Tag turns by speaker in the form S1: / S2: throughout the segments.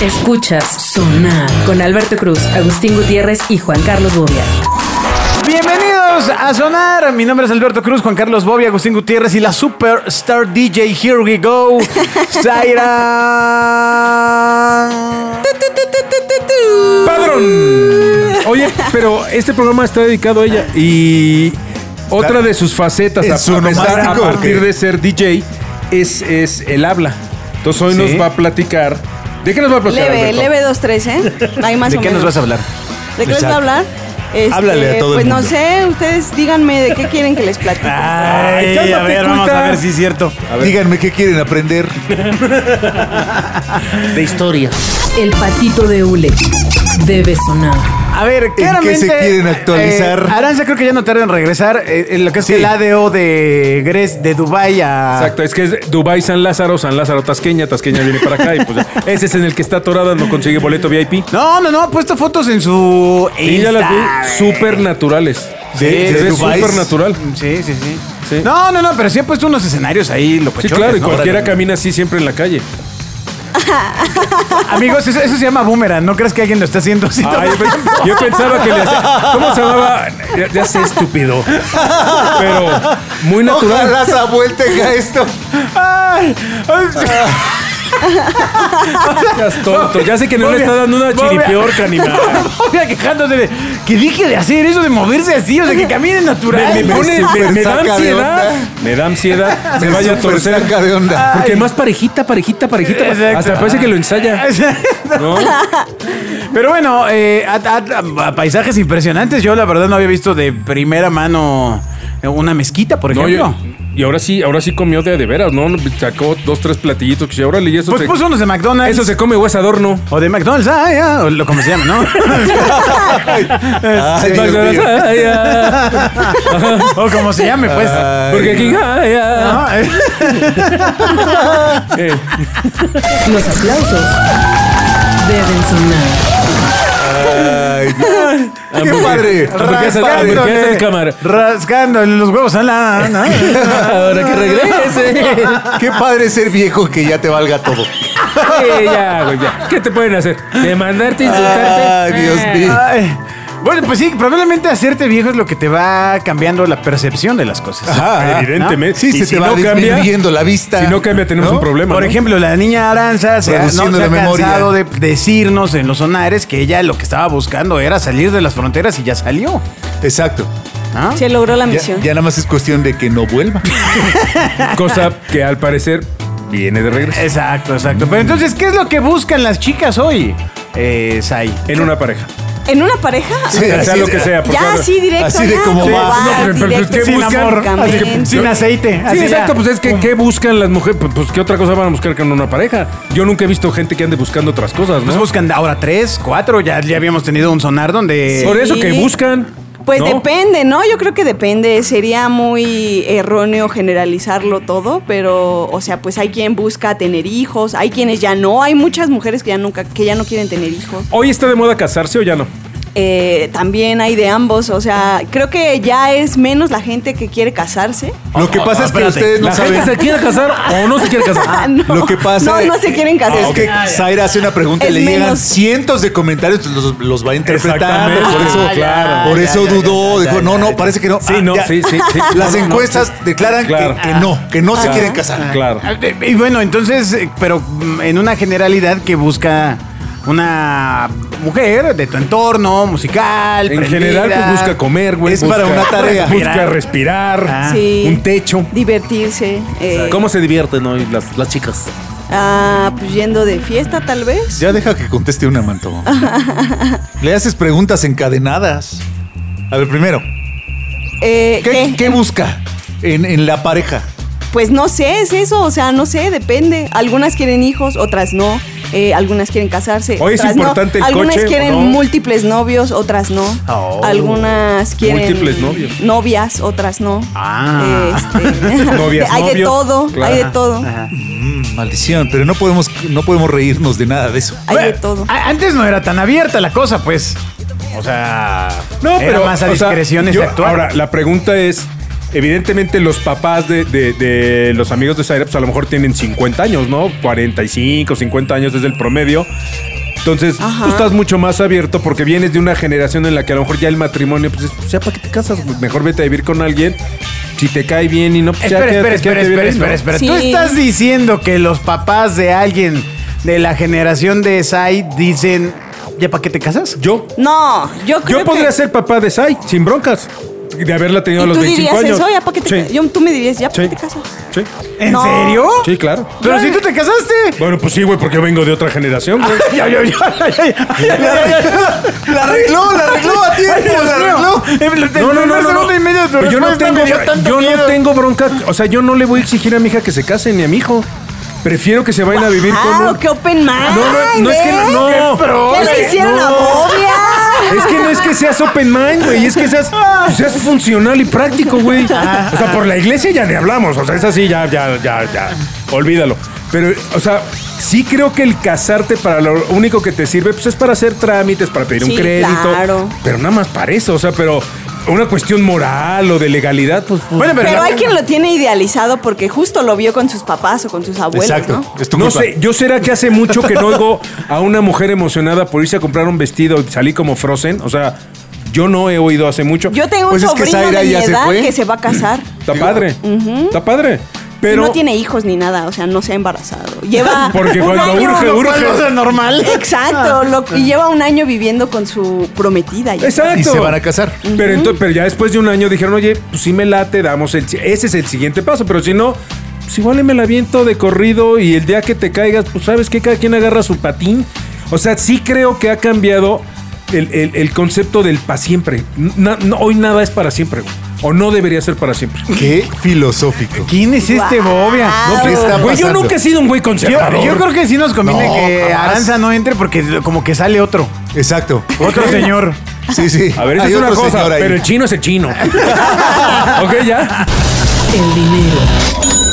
S1: Escuchas Sonar con Alberto Cruz, Agustín Gutiérrez y Juan Carlos Bobia.
S2: Bienvenidos a Sonar. Mi nombre es Alberto Cruz, Juan Carlos Bobby, Agustín Gutiérrez y la superstar DJ Here We Go, Zaira.
S3: ¡Padrón! Oye, pero este programa está dedicado a ella y otra de sus facetas
S4: ¿Es
S3: a, a pesar-
S4: onomástico
S3: a
S4: o
S3: partir
S4: qué?
S3: de ser DJ es, es el habla. Entonces hoy
S2: ¿Sí?
S3: nos va a platicar. ¿De qué nos va a platicar?
S5: Leve,
S3: Alberto?
S5: leve 2-3, ¿eh? Ahí más
S2: ¿De
S5: o
S2: qué nos
S5: menos.
S2: vas a hablar?
S5: ¿De qué les voy a
S4: Exacto.
S5: hablar? Este,
S4: Háblale a todo el
S5: Pues no
S4: mundo.
S5: sé, ustedes díganme de qué quieren que les platique.
S2: Ah. Ay, a
S3: cálmate,
S2: ver, vamos
S3: culta.
S2: a ver si es cierto.
S4: Díganme qué quieren aprender.
S1: De historia. El patito de Ule. Debe sonar.
S2: A ver, claramente...
S4: se quieren actualizar?
S2: eh, Aranza creo que ya no tarda en regresar. eh, en lo que es
S4: Sí.
S2: el ADO de Gres de Dubai
S4: Ah.
S2: a...
S3: Exacto, es que es Dubai San Lázaro, San Lázaro Tasqueña, Tasqueña viene para acá y pues ese es en el que está atorada, no consigue boleto VIP.
S2: No, no, no, ha puesto fotos en su
S3: Y ya las
S2: Insta,
S3: vi súper naturales.
S4: De- de
S3: se ve
S4: Dubái.
S3: súper natural.
S2: Sí, sí, sí,
S3: Sí.
S2: No, no, no, pero sí ha puesto unos escenarios ahí, lo
S3: Sí, claro, y cualquiera
S2: que...
S3: camina así siempre en la calle.
S2: Amigos, eso, eso se llama boomerang. ¿No crees que alguien lo está haciendo así?
S3: Ay, Ah, yo pe- yo pensaba que le hacía- ¿Cómo se llamaba? Ya, ya sé, estúpido. Pero muy natural.
S4: Ojalá se vuelta esto.
S2: Ay,
S3: Ah,
S2: ay,
S3: Seas tonto. Ya sé que no le está dando una
S2: Bobia.
S3: chiripiorca ni nada.
S2: Bobia quejándose de que dije de hacer eso, de moverse así, o sea, que camine natural.
S3: Me, me pone, me, me da
S4: saca de
S3: ansiedad.
S4: onda.
S3: Me da ansiedad. Se
S4: Me
S3: vaya a
S4: super
S3: torcer.
S4: saca de onda.
S3: Porque más parejita, parejita, parejita.
S2: Exacto.
S3: Hasta parece que lo ensaya. ¿no?
S2: Pero bueno, eh, a, a- a paisajes impresionantes. Yo la verdad no había visto de primera mano una mezquita, por
S3: No,
S2: ejemplo.
S3: yo- y ahora sí, ahora sí comió de a de veras, ¿no? Sacó dos, tres platillitos. que ahora leí eso.
S2: pues
S3: se-
S2: puso unos de McDonald's.
S3: Eso se come hueso adorno.
S2: O de McDonald's, ah, ya, o lo como se llama, ¿no?
S3: Ah,
S4: Ay, Dios
S3: McDonald's,
S4: mío.
S3: ay, ay.
S2: o como se llame, pues.
S4: Ay.
S3: Porque aquí. ay, Ah, ay.
S2: No, eh.
S3: Eh,
S1: Los aplausos deben sonar.
S4: Ay, no. ¡Qué
S3: hamburguesa.
S4: padre!
S3: Hamburguesa,
S4: Padre.
S3: hamburguesa.
S2: Rascándole-
S3: en cámara.
S2: Rascándole los huevos a la. ¿no?
S3: Ahora que regrese.
S4: ¡Qué padre ser viejo que ya te valga todo!
S3: Sí, Eh, ya, güey, ya. ¿Qué te pueden hacer? ¿Demandarte, insultarte?
S4: ¡Ay, Dios
S5: Eh.
S4: mío!
S2: Ay. Bueno, pues sí, probablemente hacerte viejo es lo que te va cambiando la percepción de las cosas.
S4: Ajá.
S3: Evidentemente.
S4: Ah, Sí,
S3: Y
S4: se
S3: si
S4: te va
S3: no cambia-
S4: disminuyendo la vista.
S3: Si no cambia, tenemos
S4: ¿No?
S3: un problema.
S2: Por
S3: ¿no?
S2: ejemplo, la niña Aranza se ha, no,
S4: Reduciendo
S2: se ha
S4: la memoria.
S2: cansado de decirnos en los sonares que ella lo que estaba buscando era salir de las fronteras y ya salió.
S4: Exacto.
S2: ¿no?
S5: Se logró la
S4: Ya,
S5: misión.
S4: ya nada más es cuestión de que no vuelva.
S3: Cosa que al parecer viene de regreso.
S2: Exacto, exacto. Pero entonces, ¿qué es lo que buscan las chicas hoy? Eh, Sai.
S3: En una pareja.
S5: ¿En una pareja?
S4: Sí,
S3: sea
S4: así
S3: lo
S4: de-
S3: que sea. por
S5: Ya
S3: favor.
S5: así directo.
S4: Así de
S5: ya,
S4: como
S5: como
S4: va.
S5: va,
S3: No, pero- pero-
S5: directo,
S3: pero ¿qué
S5: sin
S3: buscan?
S5: amor,
S2: Así que
S5: campamento.
S2: sin aceite.
S3: Sí,
S2: así
S3: exacto,
S2: ya.
S3: pues es que ¿qué buscan las mujeres? Pues, pues, qué otra cosa van a buscar que en una pareja. Yo nunca he visto gente que ande buscando otras cosas,
S2: Nos
S4: Pues
S3: ¿no?
S2: Pues buscan ahora tres, cuatro. Ya, ya habíamos tenido un sonar donde.
S3: Por
S5: Sí.
S3: eso que buscan.
S5: Pues
S3: ¿no?
S5: depende, ¿no? Yo creo que depende. Sería muy erróneo generalizarlo todo, pero, o sea, pues hay quien busca tener hijos, hay quienes ya no, hay muchas mujeres que ya nunca, que ya no quieren tener hijos.
S3: Hoy está de moda casarse o ya no.
S5: Eh, también hay de ambos, o sea, creo que ya es menos la gente que quiere casarse.
S4: Lo que pasa
S2: Oh,
S4: es que ustedes no
S3: La gente
S4: saben.
S3: se quiere casar o no se quiere
S5: Ah,
S3: casar.
S5: no.
S4: Lo que pasa
S5: No, no se quieren casar.
S3: Ah,
S5: Ah,
S4: Es que Zaira hace una pregunta y
S5: Es
S4: le llegan
S5: menos.
S4: cientos de comentarios, pues, los, los va interpretando.
S3: Exactamente, Ah,
S4: Por eso,
S3: claro.
S4: por eso dudó, dijo, no, no, parece que no.
S3: Sí,
S4: Ah,
S3: no,
S4: ya.
S3: sí, sí, sí.
S4: Las
S3: No, no, no,
S4: encuestas
S3: sí.
S4: declaran
S3: Claro.
S4: que, que no, que no se
S3: Claro.
S4: quieren casar.
S3: Claro.
S2: Ah, Y bueno, entonces, eh, pero mm, en una generalidad que busca una mujer de tu entorno, musical,
S3: En
S2: prendida.
S3: general, pues busca comer, güey.
S4: Es para
S3: busca-
S4: una tarea.
S3: Busca respirar.
S2: Ah.
S5: Sí.
S3: Un techo.
S5: Divertirse. eh,
S3: ¿Cómo se divierten hoy las, las chicas?
S5: ah, pues yendo de fiesta, tal vez.
S4: Ya deja que conteste una manto. Le haces preguntas encadenadas. A ver, primero,
S5: Eh,
S4: ¿qué,
S5: ¿qué?
S4: qué busca en, en la pareja?
S5: Pues no sé, es eso, o sea, no sé, depende. Algunas quieren hijos, otras no. eh, algunas quieren casarse.
S3: Hoy es
S5: otras no.
S3: importante el
S5: Algunas
S3: coche, ¿o
S5: quieren
S3: no?
S5: múltiples novios, otras no.
S2: Oh.
S5: Algunas quieren.
S3: Múltiples novios.
S5: Novias, otras no.
S2: Ah.
S5: Este,
S3: Novias,
S5: hay de
S3: novios,
S5: todo,
S3: claro.
S5: hay de todo.
S4: Mm, maldición, pero no podemos, no podemos reírnos de nada de eso.
S5: Hay de
S2: Bueno,
S5: todo.
S2: a- Antes no era tan abierta la cosa, pues. O sea,
S3: No,
S2: era
S3: pero
S2: más a
S3: o sea,
S2: discreción ese
S3: yo-
S2: actuar.
S3: Ahora, la pregunta es: evidentemente los papás de, de- de los amigos de Zaira, pues a lo mejor tienen 50 años, ¿no? 45, 50 años es el promedio. Entonces,
S5: Ajá.
S3: tú estás mucho más abierto porque vienes de una generación en la que a lo mejor ya el matrimonio, pues, es, pues, ya para qué te casas, güey? mejor vete a vivir con alguien. Si te cae bien y no, pues, ya
S2: Espera, espera,
S3: quédate,
S2: espera,
S3: quédate
S2: espera,
S3: viviendo.
S2: espera, espera.
S5: Sí.
S2: ¿Tú estás diciendo que los papás de alguien de la generación de Sai dicen, ¿ya para qué te casas?
S3: Yo,
S5: No, yo creo
S3: yo podría
S5: que...
S3: ser papá de Sai, sin broncas, de haberla tenido a
S5: ¿Y
S3: los
S5: tú
S3: 25
S5: dirías
S3: años.
S5: eso? ¿Ya para qué te
S3: Sí,
S5: yo- Tú me dirías, ¿ya para
S3: sí,
S5: qué te casas?
S3: sí.
S2: ¿En
S5: No.
S2: serio?
S3: Sí, claro.
S2: Pero si tú te casaste.
S3: Bueno, pues sí, güey, porque yo vengo de otra generación, güey.
S2: Ay, ay, ay, ay, ay, ay, ay, ay, ay.
S4: La arregló, la arregló a
S2: Ay,
S4: tiempo,
S2: Dios
S4: la
S2: mío. Eh,
S4: arregló.
S2: En
S3: No, no,
S2: una
S3: no, no,
S2: segunda
S3: no.
S2: y media de tu
S3: Pero yo no
S2: respuesta
S3: tengo,
S2: me dio tanto
S3: yo no
S2: miedo.
S3: tengo bronca. O sea, yo no le voy a exigir a mi hija que se case ni a mi hijo. Prefiero que se vayan a vivir con
S5: ¡Wow!
S3: un.
S5: ¡Qué Ah, open mind!
S3: No, no, no es que no.
S5: ¿eh?
S3: no.
S5: ¿Qué le hicieron a Bobia?
S3: Es que no es que seas open mind, güey. Es que seas, seas funcional y práctico, güey. O sea, por la iglesia ya ni hablamos. O sea, es así, ya, ya, ya, ya. Olvídalo. Pero, o sea, sí creo que el casarte para lo único que te sirve, pues es para hacer trámites, para pedir un
S5: Sí,
S3: crédito.
S5: claro.
S3: Pero nada más para eso. O sea, pero una cuestión moral o de legalidad, pues. pues-
S2: Bueno, pero
S5: Pero
S2: la-
S5: hay quien lo tiene idealizado porque justo lo vio con sus papás o con sus abuelos,
S4: Exacto.
S5: ¿no?
S4: Es tu
S3: No
S4: culpa.
S3: sé, yo será que hace mucho que no oigo a una mujer emocionada por irse a comprar un vestido y salí como Frozen. O sea, yo no he oído hace mucho.
S5: Yo tengo un
S4: Pues es que
S5: sobrino
S4: Zaira
S5: de mi
S4: ya se
S5: edad
S4: fue.
S5: que se va a casar.
S3: Está padre. Está padre. Pero.
S5: Y no tiene hijos ni nada, o sea, no se ha embarazado. Lleva
S3: Porque
S5: un
S3: cuando
S5: año-
S3: urge, urge.
S2: ¿Cuál cosa normal?
S5: Exacto, lo- y lleva un año viviendo con su prometida. ya.
S3: Exacto.
S4: Y se van a casar.
S3: Pero, ento- pero ya después de un año dijeron, oye, pues si me late, damos el. si- Ese es el siguiente paso, pero si no. Pues igual me la viento de corrido y el día que te caigas, pues sabes que cada quien agarra su patín. O sea, sí creo que ha cambiado el, el- el concepto del para siempre. Na- no, hoy nada es para siempre, güey. O no debería ser para siempre.
S4: Qué filosófico.
S2: ¿Quién es este Bobia?
S5: No,
S3: pues,
S4: ¿Qué está
S3: Güey, yo
S4: pasando?
S3: nunca he sido un güey
S2: Yo,
S3: conservador.
S2: yo creo que sí nos conviene
S4: No,
S2: que
S4: jamás.
S2: Aranza no entre porque como que sale otro.
S4: Exacto.
S2: Otro señor.
S4: Sí, sí.
S3: A ver, esa
S4: Hay
S3: es una
S4: otro
S3: cosa,
S4: señor ahí.
S3: pero el chino es el chino. ok, ya.
S1: El dinero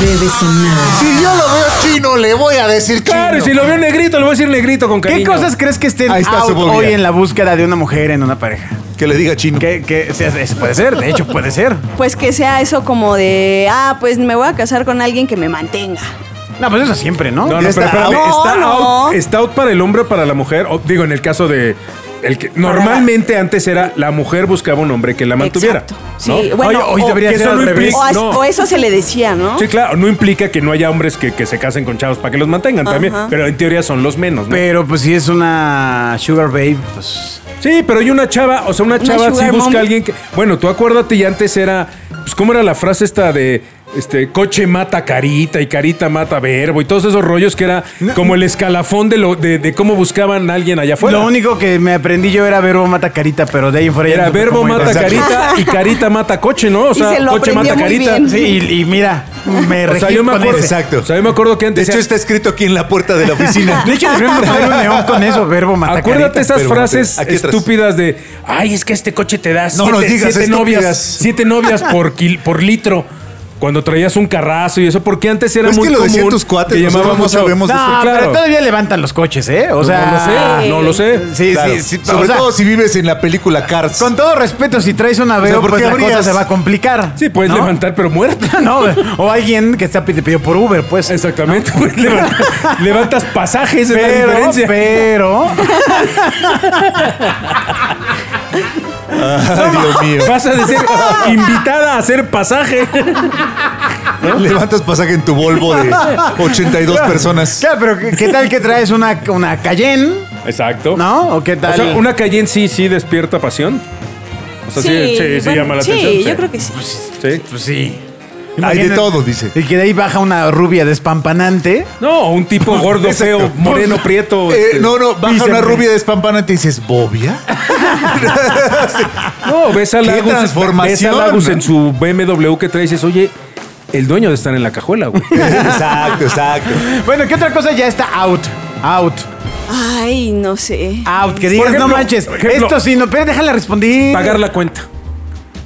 S1: debe sonar.
S4: Si yo lo veo chino, le voy a decir chino.
S3: Claro, y si lo veo negrito, le voy a decir negrito con cariño.
S2: ¿Qué cosas crees que estén
S4: Ahí está su
S2: out
S4: Bobia.
S2: hoy en la búsqueda de una mujer en una pareja?
S4: Que le diga chino.
S2: Que, que- sí, eso puede ser, de hecho puede ser.
S5: Pues que sea eso como de, ah, pues me voy a casar con alguien que me mantenga.
S2: No, pues eso siempre, ¿no?
S3: No, no,
S4: Ya
S3: pero
S4: está
S3: espérame,
S5: out.
S3: está,
S5: No, no.
S3: out, está out para el hombre o para la mujer. O, digo, en el caso de. El que,
S5: la-
S3: normalmente antes era la mujer buscaba un hombre que la mantuviera.
S5: Exacto.
S3: ¿no?
S5: Sí, bueno,
S2: Oye, hoy
S5: o-
S2: debería
S3: que
S2: ser
S3: eso
S2: al
S3: no
S2: revés.
S5: o, as-
S3: no.
S5: o eso se le decía, ¿no?
S3: Sí, claro, no implica que no haya hombres que, que se casen con chavos para que los mantengan también, pero en teoría son los menos, ¿no?
S2: Pero pues si es una sugar babe, pues...
S3: Sí, pero hay una chava, o sea, una chava sí
S5: sugar
S3: busca
S5: mommy.
S3: a alguien que. Bueno, tú acuérdate, y antes era. Pues, ¿cómo era la frase esta de. Este, coche mata carita y carita mata verbo y todos esos rollos que era como el escalafón de, lo, de, de cómo buscaban a alguien allá afuera.
S2: Lo único que me aprendí yo era verbo mata carita, pero de ahí en fuera... ya
S3: Era
S2: no supe
S3: verbo
S2: cómo
S3: mata
S2: iba.
S3: carita y carita mata coche, ¿no? O sea,
S5: se lo
S3: coche
S5: aprendió
S3: mata
S5: muy
S3: carita.
S5: bien.
S2: Sí, y, y mira, me
S3: O sea,
S2: regí
S3: yo me
S2: con
S3: acuerdo.
S2: ese.
S4: Exacto.
S3: O sea, yo me acuerdo que
S4: De
S3: antes.
S4: hecho,
S3: era-
S4: está escrito aquí en la puerta de la oficina.
S2: De hecho, deberíamos poner un neón con eso, verbo mata
S3: Acuérdate
S2: carita.
S3: esas
S4: pero
S3: frases
S4: aquí atrás.
S3: estúpidas de, ay, es que este coche te da siete,
S4: nos digas
S3: siete novias,
S4: estúpidas.
S3: siete novias por, kil- por litro. Cuando traías un carrazo y eso, porque antes era
S4: Pero Pues es
S3: muy
S4: que lo
S3: común.
S4: decían tus cuates,
S3: que
S4: nosotros
S3: llamaban
S4: no
S3: mucho-
S4: sabemos de
S2: No,
S4: eso.
S3: Sí, claro.
S2: pero todavía levantan los coches, ¿eh? O sea...
S3: no lo sé, no lo sé.
S2: Sí,
S4: Claro.
S2: sí, sí. o
S4: Sobre
S2: sea,
S4: todo si vives en la película Cars.
S2: Con todo respeto, si traes una veo,
S4: O sea, ¿por
S2: pues
S4: qué
S2: la cosa
S4: habrías?
S2: se va a complicar.
S3: Sí, puedes
S2: ¿no?
S3: levantar, pero muerta.
S2: No, o alguien que está te pidió por Uber, pues.
S3: Exactamente, puedes levantar- levantas pasajes, es la
S2: Pero,
S3: diferencia.
S2: pero.
S4: Ay, Dios mío.
S3: Vas a decir invitada a hacer pasaje.
S4: Levantas pasaje en tu Volvo de 82 personas.
S2: Claro, pero ¿qué- ¿qué tal que traes una, una Cayenne?
S3: Exacto.
S2: ¿No? ¿O qué
S3: O
S2: tal?
S3: sea, una Cayenne sí, sí despierta pasión. O sea, sí, sí, sí
S5: bueno,
S3: llama la
S5: sí,
S3: atención.
S5: yo creo que sí.
S3: Sí.
S2: Pues sí.
S4: Hay de
S2: Imagínate-
S4: todo, dice.
S2: Y que de ahí baja una rubia despampanante.
S3: No, un tipo gordo,
S4: Exacto.
S3: feo, moreno, prieto.
S2: pues,
S4: Eh,
S3: este,
S4: no, no, baja
S3: bíceps.
S4: una rubia despampana y te dices, ¿Bobia?
S3: No, ves a
S4: Qué
S3: Lagus,
S4: transformación,
S3: ves a Lagus
S4: ¿no?
S3: en su BMW que trae y dices, oye, el dueño de estar en la cajuela, güey.
S4: exacto, exacto.
S2: Bueno, ¿qué otra cosa ya está out? Out.
S5: Ay, no sé.
S2: Out. Que
S3: Por
S2: digas,
S3: ejemplo,
S2: no manches.
S3: por ejemplo-
S2: esto sí, no. Pero déjala responder.
S3: Pagar la cuenta.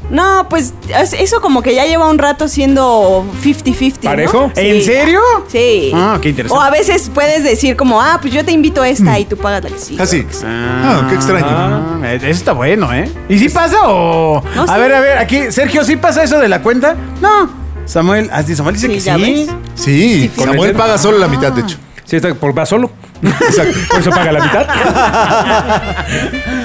S5: No, pues es- eso como que ya lleva un rato siendo 50-50. ¿no?
S3: ¿Parejo?
S5: Sí.
S2: ¿En serio?
S5: Sí.
S2: Ah, qué interesante.
S5: O a veces puedes decir como, ah, pues yo te invito a esta y tú pagas la que sigue.
S4: Así. Ah, qué extraño.
S2: Ah, eso está bueno, ¿eh? ¿Y si pasa o.?
S5: No
S2: a
S5: sé.
S2: ver, a ver, aquí, Sergio, ¿sí pasa eso de la cuenta? No. Samuel, ah, sí, Samuel dice
S5: Sí,
S2: que
S5: ya
S2: sí.
S5: ves.
S4: Sí,
S5: Justifica.
S4: Samuel paga solo la mitad, de hecho.
S3: Sí, está, por, va solo.
S4: Exacto.
S3: Por eso paga la mitad.
S2: A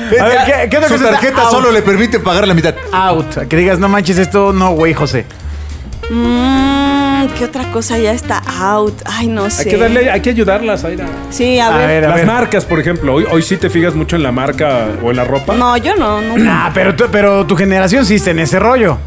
S2: ver, ¿qué- qué otra
S4: Su
S2: cosa está
S4: tarjeta
S2: out?
S4: solo le permite pagar la mitad.
S2: Out. Que digas, no manches, esto no, güey, José.
S5: Mm, ¿Qué otra cosa ya está out? Ay, no sé.
S3: Hay que darle, hay que ayudarlas, Aira.
S5: Sí, a,
S2: A
S5: ver.
S2: ver, a
S3: Las
S2: ver.
S3: marcas, por ejemplo. Hoy, hoy sí te fijas mucho en la marca o en la ropa.
S5: No, yo no, nunca.
S2: Ah, pero, tu- pero tu generación sí está en ese rollo.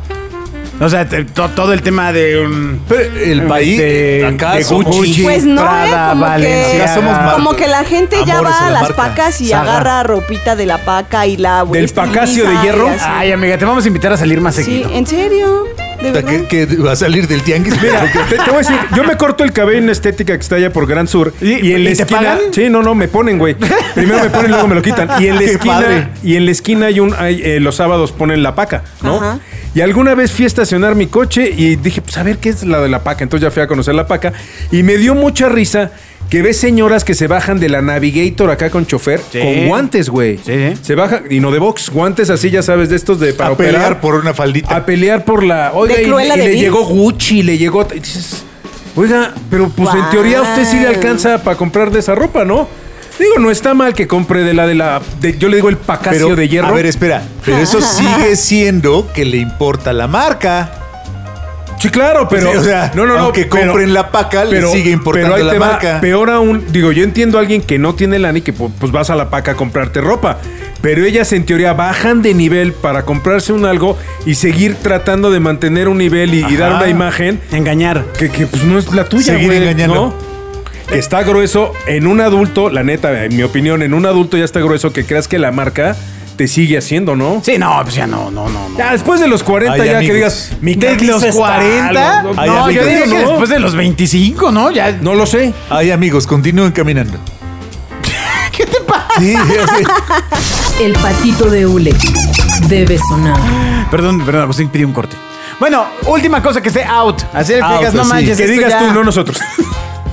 S2: O sea, te- to- todo el tema de. um,
S4: Pero el país,
S2: este,
S4: acá
S2: de
S4: somos-
S2: Gucci,
S5: Pues no,
S2: Prada,
S5: ¿eh? Como
S2: Balenciaga.
S4: Ya somos
S5: que,
S4: mar-
S5: como que la gente ya
S4: Amores
S5: va
S4: a
S5: a
S4: la
S5: las
S4: marca.
S5: pacas y
S2: Saga.
S5: agarra ropita de la paca y la
S3: ¿Del pacacio de
S5: estiliza y
S3: hierro?
S5: así.
S2: Ay, amiga, te vamos a invitar a salir más
S5: Sí,
S2: seguido.
S5: en serio. De
S4: Puta,
S5: verdad.
S4: que, que va a salir del tianguis.
S3: Mira, te, te voy a decir, yo me corto el cabello en estética que está allá por Gran Sur.
S2: ¿Y-
S3: en la
S2: y te
S3: esquina.
S2: pagan?
S3: Sí, no, no, me ponen, güey. Primero me ponen, luego me lo quitan. Y en la
S4: Qué padre.
S3: esquina, y en la esquina hay un. hay, eh, los sábados ponen la paca, ¿no?
S5: Ajá.
S3: Y alguna vez fui a estacionar mi coche y dije, pues a ver qué es la de la paca. Entonces ya fui a conocer la paca. Y me dio mucha risa que ves señoras que se bajan de la Navigator acá con chofer
S2: Sí.
S3: con guantes, güey.
S2: Sí, sí.
S3: Se bajan, y no de box, guantes así, ya sabes, de estos de para
S4: a pelear
S3: operar.
S4: por una faldita.
S3: A pelear por la. Oiga,
S5: De
S3: y,
S5: Cruella
S3: y
S5: de
S3: le
S5: Vil.
S3: llegó Gucci, le llegó. y dices, oiga, pero pues en
S5: Guau.
S3: teoría usted sí le alcanza para comprar de esa ropa, ¿no? Digo, no está mal que compre de la de la. de- yo le digo el pacacio
S4: pero,
S3: de hierro.
S4: A ver, espera. Pero eso sigue siendo que le importa la marca.
S3: sí, claro, pero.
S4: Sí, o sea,
S3: no, no, no.
S4: aunque
S3: pero-
S4: compren la paca, le sigue importando
S3: pero ahí
S4: la
S3: te va,
S4: marca.
S3: Peor aún, digo, yo entiendo a alguien que no tiene lana y que pu- pues vas a la paca a comprarte ropa. Pero ellas en teoría bajan de nivel para comprarse un algo y seguir tratando de mantener un nivel y- y dar
S2: Ajá.
S3: una imagen.
S2: Engañar.
S3: Que, que, pues no es la tuya,
S4: Seguir
S3: güey.
S4: engañando.
S3: ¿no? Que está grueso en un adulto, la neta, en mi opinión, en un adulto ya está grueso que creas que la marca te sigue haciendo, ¿no?
S2: Sí, no, pues ya no, no, no. no.
S3: Ya después de los 40
S4: Hay
S3: ya
S4: amigos.
S3: que digas, mi
S2: ¿De
S3: camisa
S2: los
S3: está
S2: 40?
S3: algo-
S4: Hay
S2: No, yo
S4: amigos.
S2: diría que
S3: ¿no?
S2: después de los 25, ¿no? Ya.
S3: No lo sé.
S4: Ay, amigos, continúen caminando.
S2: ¿Qué te pasa?
S4: Sí, sí.
S1: El patito de Ule debe sonar.
S2: Perdón, perdón, Agustín pidió un corte. Bueno, última cosa que esté out. Así que
S4: Out,
S2: digas, no
S4: sí.
S2: manches.
S3: Que
S2: esto
S3: digas
S2: ya-
S3: tú, no nosotros.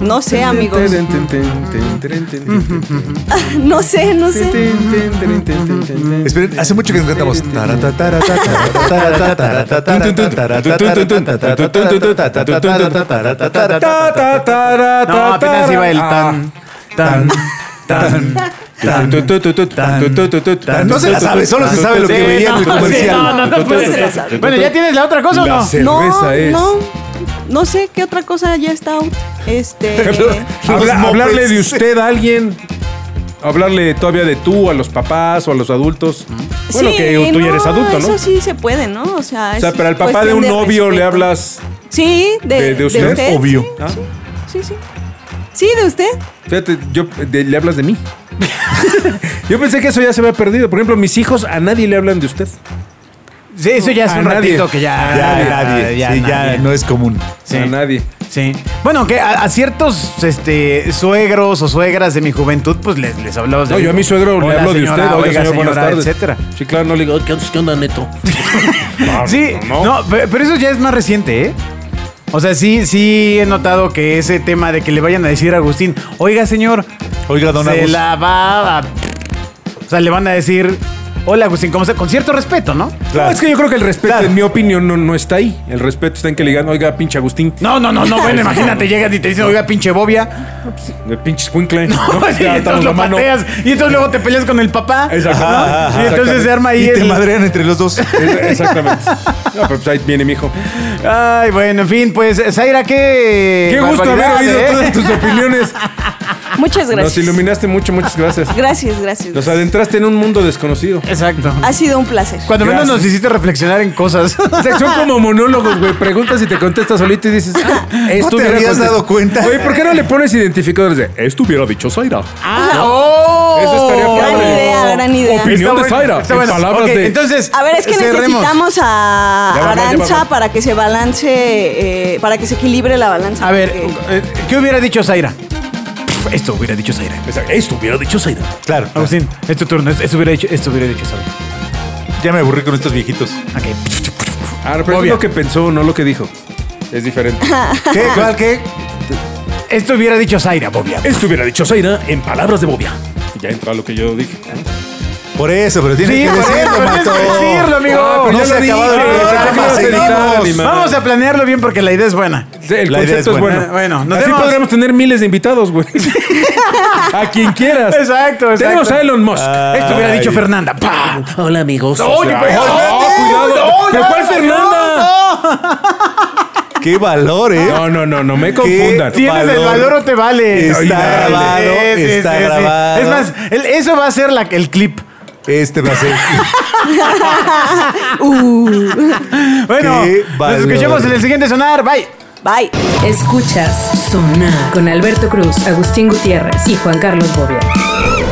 S5: No sé, amigos. No sé, no sé.
S4: Esperen, hace mucho que no cantamos.
S2: No, apenas iba el tan, tan, tan.
S4: No se la sabe, solo se sabe lo que
S2: Sí,
S4: veía en
S2: no,
S4: el
S2: sí, no,
S4: comercial.
S2: no, no, pues,
S5: No se la sabe.
S2: Bueno, ¿ya tienes la otra cosa o
S3: La
S2: no?
S3: sé.
S5: No,
S3: Cerveza es.
S5: no. No sé qué otra cosa ya está out. Este.
S3: Habla-
S4: Los
S3: hablarle
S4: mopeds.
S3: de usted a alguien. Hablarle todavía de tú a los papás o a los adultos. Bueno,
S5: Sí,
S3: que tú ya eres adulto, ¿no?
S5: Eso sí se puede, ¿no? O sea,
S3: O
S5: es
S3: sea, pero al papá
S5: cuestión
S3: de un novio le
S5: respeto.
S3: hablas.
S5: Sí, de,
S3: de- de usted,
S4: obvio.
S5: sí,
S3: ¿Ah?
S5: Sí, sí. Sí, de usted.
S3: Fíjate, yo, de- le hablas de mí. yo pensé que eso ya se había perdido. Por ejemplo, mis hijos a nadie le hablan de usted.
S2: Sí, eso ya es
S3: A
S2: un
S3: nadie.
S2: ratito que ya.
S4: Ya nadie,
S2: ya
S4: sí, ya
S2: nadie.
S4: no es común.
S2: Sí.
S3: A nadie.
S2: Sí. Bueno, que a, a ciertos este, suegros o suegras de mi juventud, pues les, les hablabas de.
S3: No, yo a mi suegro le
S2: Hola,
S3: hablo
S2: señora,
S3: de usted. Oiga,
S2: oiga,
S3: señor, buenas
S2: señora,
S3: tardes.
S2: etcétera.
S3: Sí, claro, no le digo, ¿qué onda, qué onda, neto? No,
S2: Sí, no, pe- pero eso ya es más reciente, ¿eh? O sea, sí, sí he notado que ese tema de que le vayan a decir a Agustín, oiga, señor,
S4: Oiga, don
S2: se
S4: Agus.
S2: la va a... O sea, le van a decir, hola, Agustín, ¿cómo está? Con cierto respeto, ¿no?
S3: No, es que yo creo que el respeto,
S4: Claro.
S3: en mi opinión, no, no está ahí. El respeto está en que le digan, oiga, pinche Agustín.
S2: No, no, no, no, bueno, imagínate, llegas y te dicen, oiga, pinche bobia.
S3: De pinche escuincle.
S2: No,
S3: pues, Ya
S2: y
S3: estamos
S2: entonces lo
S3: la mano.
S2: pateas, y entonces luego te peleas con el papá.
S3: Exacto.
S2: ¿no?
S3: Ajá, ajá,
S2: y entonces se arma ahí
S4: Y te
S2: el-
S4: madrean entre los dos.
S3: Es- Exactamente. No, pero pues ahí viene mi hijo.
S2: Ay, bueno, en fin, pues, Zaira, qué...
S3: Qué gusto haber
S2: barbaridad,
S3: oído
S2: ¿eh?
S3: todas tus opiniones.
S5: Muchas
S3: Nos
S5: gracias.
S3: iluminaste mucho, muchas gracias.
S5: Gracias, gracias.
S3: Nos adentraste en un mundo desconocido.
S2: Exacto.
S5: Ha sido un placer.
S2: Cuando menos
S3: Gracias.
S2: nos hiciste reflexionar en cosas.
S3: O sea, son como monólogos, güey. Preguntas y te contestas solito y dices, ah, esto
S4: te
S3: hubiera
S4: habías
S3: contestado.
S4: dado cuenta?
S3: Güey, ¿por qué no le pones identificadores de esto hubiera dicho Zaira?
S2: ¡Ah! ¡Oh!
S3: Eso estaría
S5: Gran
S3: padre.
S5: idea, gran idea.
S3: Opinión
S2: Está
S3: de
S2: bueno,
S3: Zaira.
S2: está
S3: en
S2: bueno.
S3: palabras
S2: Ok,
S3: de.
S2: Entonces,
S5: A ver, es que
S2: cerremos.
S5: necesitamos
S3: Ya
S5: a
S3: va, ya va, ya
S5: Aranza
S3: va.
S5: para que se balance, eh, para que se equilibre la balanza.
S2: A ver,
S5: porque-
S2: eh, ¿qué hubiera dicho Zaira? Pff, Esto hubiera dicho Zaira.
S3: Exacto, Esto hubiera dicho Zaira.
S4: Claro.
S2: Agustín, es tu turno. Esto hubiera dicho, esto hubiera dicho Zaira.
S4: Ya me aburrí con estos viejitos.
S2: Ok.
S3: Ah, pero
S2: Obvio.
S3: es lo que pensó, no lo que dijo. Es diferente.
S4: ¿Qué? ¿Cuál? ¿Qué?
S2: Esto hubiera dicho Zaira, Bobia.
S3: Esto hubiera dicho Zaira en palabras de Bobia. Ya entró a lo que yo dije.
S4: Por eso, pero tienes
S2: Sí,
S4: que
S2: por eso,
S4: decirlo,
S2: pero
S4: Mato.
S2: tienes que decirlo, amigo.
S4: Ah, pero
S3: No
S4: ya
S3: pues
S4: lo
S3: se ha acabado
S4: dije,
S3: el programa,
S4: programa,
S3: se editó,
S4: seguimos.
S3: ni madre.
S2: Vamos a planearlo bien porque la idea es buena.
S3: El
S4: La idea es
S3: concepto es
S4: buena.
S3: bueno.
S2: Eh, bueno, nos
S3: Así
S2: vemos.
S3: podremos tener miles de invitados, güey. a quien quieras.
S2: Exacto, Ah, exacto.
S3: Tenemos a Elon Musk.
S2: Esto hubiera dicho Fernanda. ¡Pah!
S6: Hola amigos.
S2: ¡Oye, pero-
S3: ¡Oh, cuidado! ¿Pero
S2: ya,
S3: cuál
S2: no,
S3: Fernanda?
S4: ¡Qué valor, eh!
S3: No, no, no, no me confundan.
S4: tío?
S2: ¿Tienes el valor o te vale?
S4: Está
S2: Sí,
S4: grabado, está grabado.
S2: Es más, el- eso va a ser la- el clip.
S4: Este va a ser.
S2: Bueno,
S4: Qué
S2: nos
S4: valor.
S2: escuchamos en el siguiente sonar. Bye.
S5: Bye.
S1: Escuchas Sonar con Alberto Cruz, Agustín Gutiérrez y Juan Carlos Bobia.